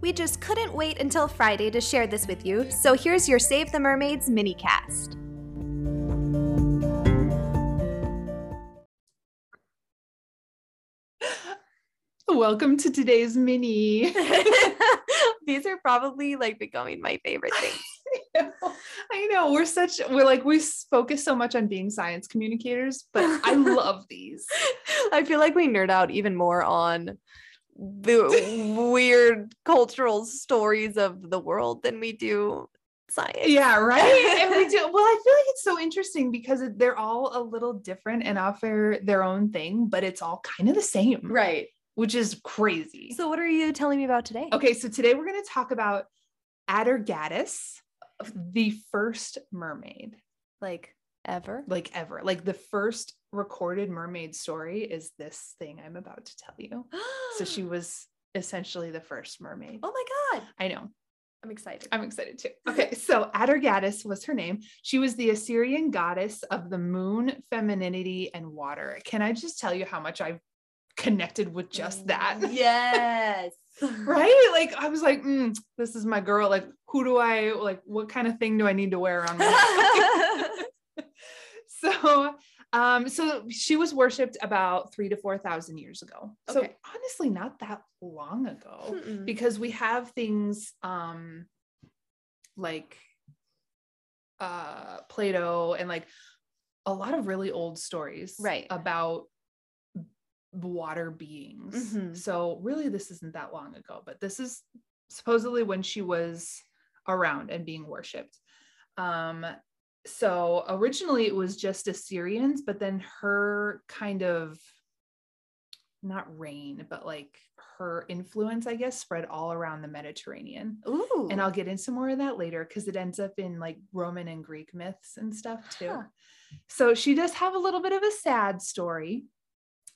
We just couldn't wait until Friday to share this with you, so here's your Save the Mermaids minicast. Welcome to today's mini. These are probably like becoming my favorite things. I know we're such we're like we s- focus so much on being science communicators, but I love these. I feel like we nerd out even more on the weird cultural stories of the world than we do science. Yeah, right. And we do well. I feel like it's so interesting because it- they're all a little different and offer their own thing, but it's all kind of the same, Right. which is crazy. So, what are you telling me about today? okay, so today we're going to talk about Atergatis, the first mermaid. Like, ever? like ever. Like the first recorded mermaid story is this thing I'm about to tell you. So she was essentially the first mermaid. Oh my God. I know. I'm excited. I'm excited too. Okay, so Atergatis was her name. She was the Assyrian goddess of the moon, femininity, and water. Can I just tell you how much I've connected with just that? Mm, Yes. Right? Like I was like, mm, this is my girl. Like, who do I like? What kind of thing do I need to wear on my so um so she was worshipped about three to four thousand years ago so Okay. honestly not that long ago Mm-mm. because we have things um like uh plato and like a lot of really old stories Right. about b- water beings Mhm. so really this isn't that long ago but this is supposedly when she was around and being worshipped um so originally it was just Assyrians, but then her kind of not reign, but like her influence, I guess, spread all around the Mediterranean. Ooh. And I'll get into more of that later because it ends up in like Roman and Greek myths and stuff too. Huh. So she does have a little bit of a sad story.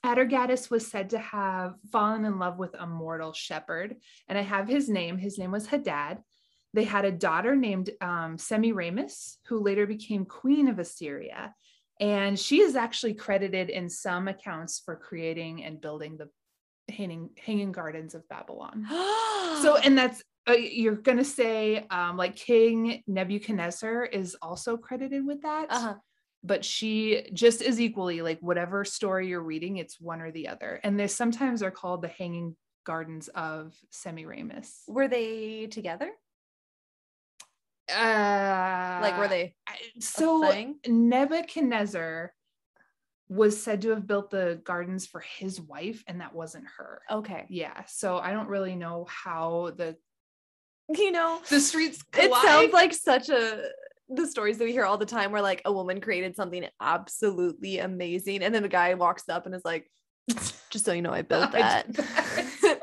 Atergatis was said to have fallen in love with a mortal shepherd, and I have his name. His name was Hadad. They had a daughter named um, Semiramis, who later became queen of Assyria. And she is actually credited in some accounts for creating and building the hanging, hanging gardens of Babylon so and that's uh, you're gonna say um, like king nebuchadnezzar is also credited with that uh-huh. but she just is equally like whatever story you're reading it's one or the other and they sometimes are called the hanging gardens of semiramis were they together? uh, Like, were they I- a so thing? nebuchadnezzar was said to have built the gardens for his wife and that wasn't her Okay. yeah so i don't really know how the You know, the streets it collide. sounds like such a the stories that we hear all the time where like a woman created something absolutely amazing and then the guy walks up and is like just so you know I built I that. did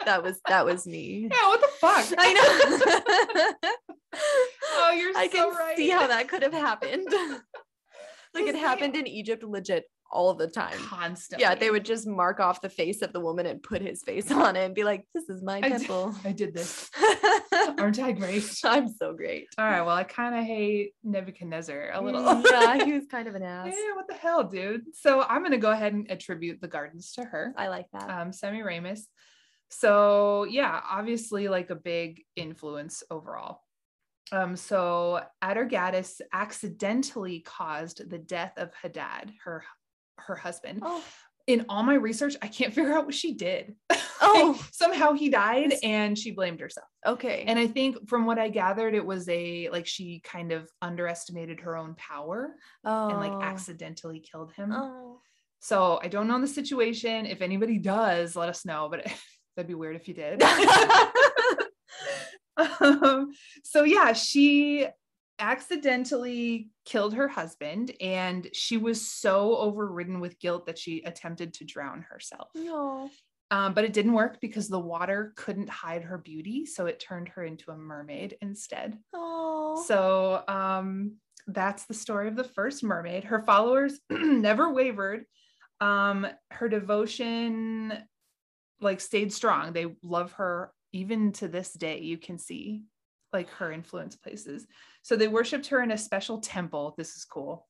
that. was that was me. Yeah, what the fuck? I know. Oh, you're I so can right. see how that could have happened. like Just it like- happened in Egypt legit all the time. constantly. Yeah, they would just mark off the face of the woman and put his face on it and be like, this is my I d- temple. I did this. Aren't I great? I'm so great. All right. Well, I kind of hate Nebuchadnezzar a little. Mm, yeah, he was kind of an ass. Mm, yeah. What the hell, dude? So I'm gonna go ahead and attribute the gardens to her, I like that. um, Semiramis. So yeah, obviously like a big influence overall. Um, so Atergatis accidentally caused the death of Hadad, her her husband. oh, in all my research, I can't figure out what she did. Oh. Like, somehow he died This- and she blamed herself. okay. And I think from what I gathered, it was a like she kind of underestimated her own power oh, and like accidentally killed him. Oh. So I don't know the situation. If anybody does, let us know. But that'd be weird if you did. um, so yeah, she accidentally killed her husband and she was so overridden with guilt that she attempted to drown herself. no. Um, but it didn't work because the water couldn't hide her beauty, so it turned her into a mermaid instead. Oh. So um, that's the story of the first mermaid. Her followers never wavered. Um, her devotion, like, stayed strong. They love her even to this day. You can see, like, her influence places. So they worshipped her in a special temple. This is cool.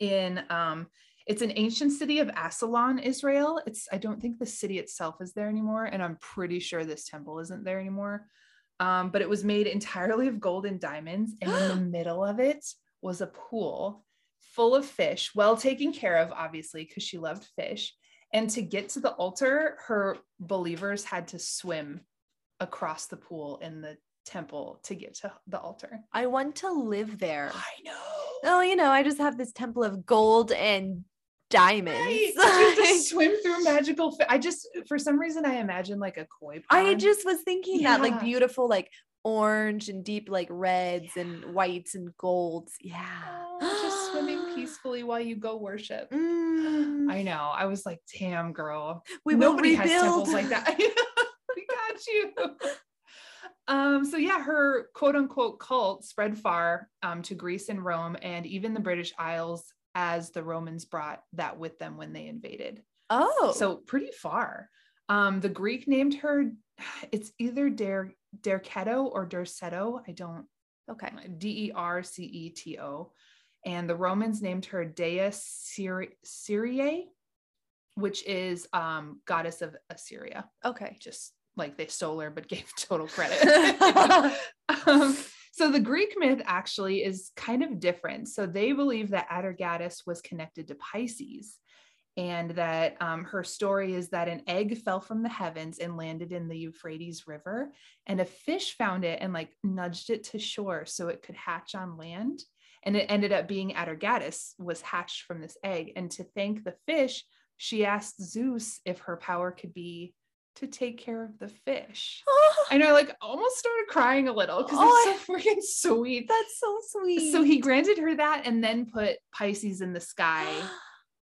In um, it's an ancient city of Asalon, Israel. It's I don't think the city itself is there anymore, and I'm pretty sure this temple isn't there anymore. um, but it was made entirely of gold and diamonds. And in the middle of it was a pool full of fish, well taken care of, obviously, because she loved fish. And to get to the altar, her believers had to swim across the pool in the temple to get to the altar. I want to live there. know. Oh, you know, I just have this temple of gold and Right. diamonds. You have to swim through magical. Fi- I just, for some reason, I imagine like a koi pond. I just was thinking that Yeah. like beautiful, like orange and deep, like reds and whites and golds. Yeah. Oh, just swimming peacefully while you go worship. Mm, I know. I was like, damn, girl. we will Nobody rebuild. has temples like that. we got you. Um, so yeah, her quote unquote cult spread far um, to Greece and Rome and even the British Isles as the Romans brought that with them when they invaded. Oh, so So pretty far. Um, the Greek named her, it's either Der, Derketo or Derceto. I don't okay. D E R C E T O. And the Romans named her Dea Syri- Syriae, which is um, goddess of Assyria. Okay. Just like they stole her, but gave total credit. um, so the Greek myth actually is kind of different. So they believe that Atergatis was connected to Pisces. And that um, her story is that an egg fell from the heavens and landed in the Euphrates River, and a fish found it and like nudged it to shore so it could hatch on land. And it ended up being Atergatis was hatched from this egg. And to thank the fish, she asked Zeus if her power could be to take care of the fish. Oh, And I like almost started crying a little because Oh, it's so freaking sweet. that's so sweet. So he granted her that and then put Pisces in the sky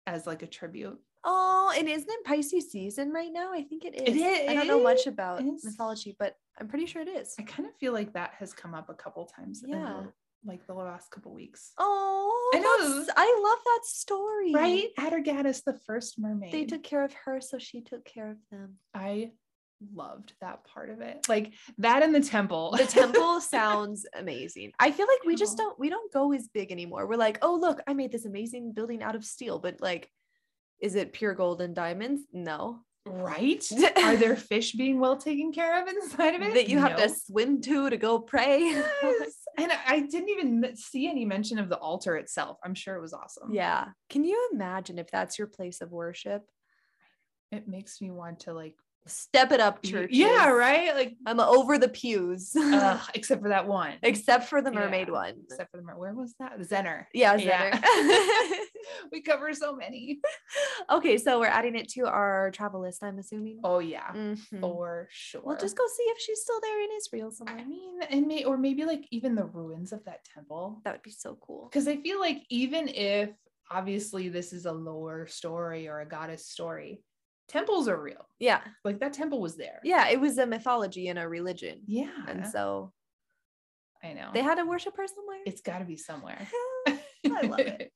as like a tribute. Oh, and isn't it Pisces season right now? I think it It is. I don't know much is. about mythology, but I'm pretty sure it is. I kind of feel like that has come up a couple times in Yeah. the, like the last couple weeks. Oh, I I know. know. I love that story. Right? Atergatis, the first mermaid. They took care of her, so she took care of them. I loved that part of it. Like that in the temple. The temple sounds amazing. I feel like we just Temple. don't we don't go as big anymore. We're like, oh look, I made this amazing building out of steel, but like, is it pure gold and diamonds? No. right? Are there fish being well taken care of inside of it? That you have No. to swim to to go pray. Yes. and I- I didn't even m- see any mention of the altar itself. I'm sure it was awesome. yeah. Can you imagine if that's your place of worship? It makes me want to like, Step it up, be- church. yeah, right. Like, I'm over the pews, ugh, except for that one. except for the mermaid Yeah. one. Except for the mer- where was that? The Zener. Yeah, Yeah. Zener. We cover so many. okay, so we're adding it to our travel list, I'm assuming. Oh yeah, Mhm. for sure. We'll just go see if she's still there in Israel I somewhere. mean, and may or maybe like even the ruins of that temple, That would be so cool. because I feel like even if obviously this is a lore story or a goddess story, temples are real. Yeah. Like that temple was there. Yeah. It was a mythology and a religion. Yeah. And so I know. they had to worship her somewhere. it's got to be somewhere. I love it.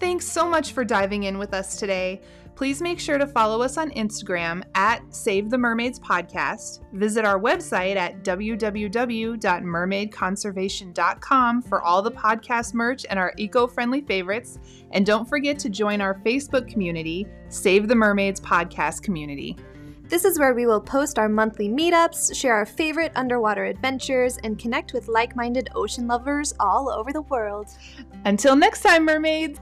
Thanks so much for diving in with us today. Please make sure to follow us on Instagram at Save the Mermaids Podcast. Visit our website at www.mermaidconservation.com for all the podcast merch and our eco friendly favorites. And don't forget to join our Facebook community, Save the Mermaids Podcast Community. This is where we will post our monthly meetups, share our favorite underwater adventures, and connect with like minded ocean lovers all over the world. Until next time, mermaids!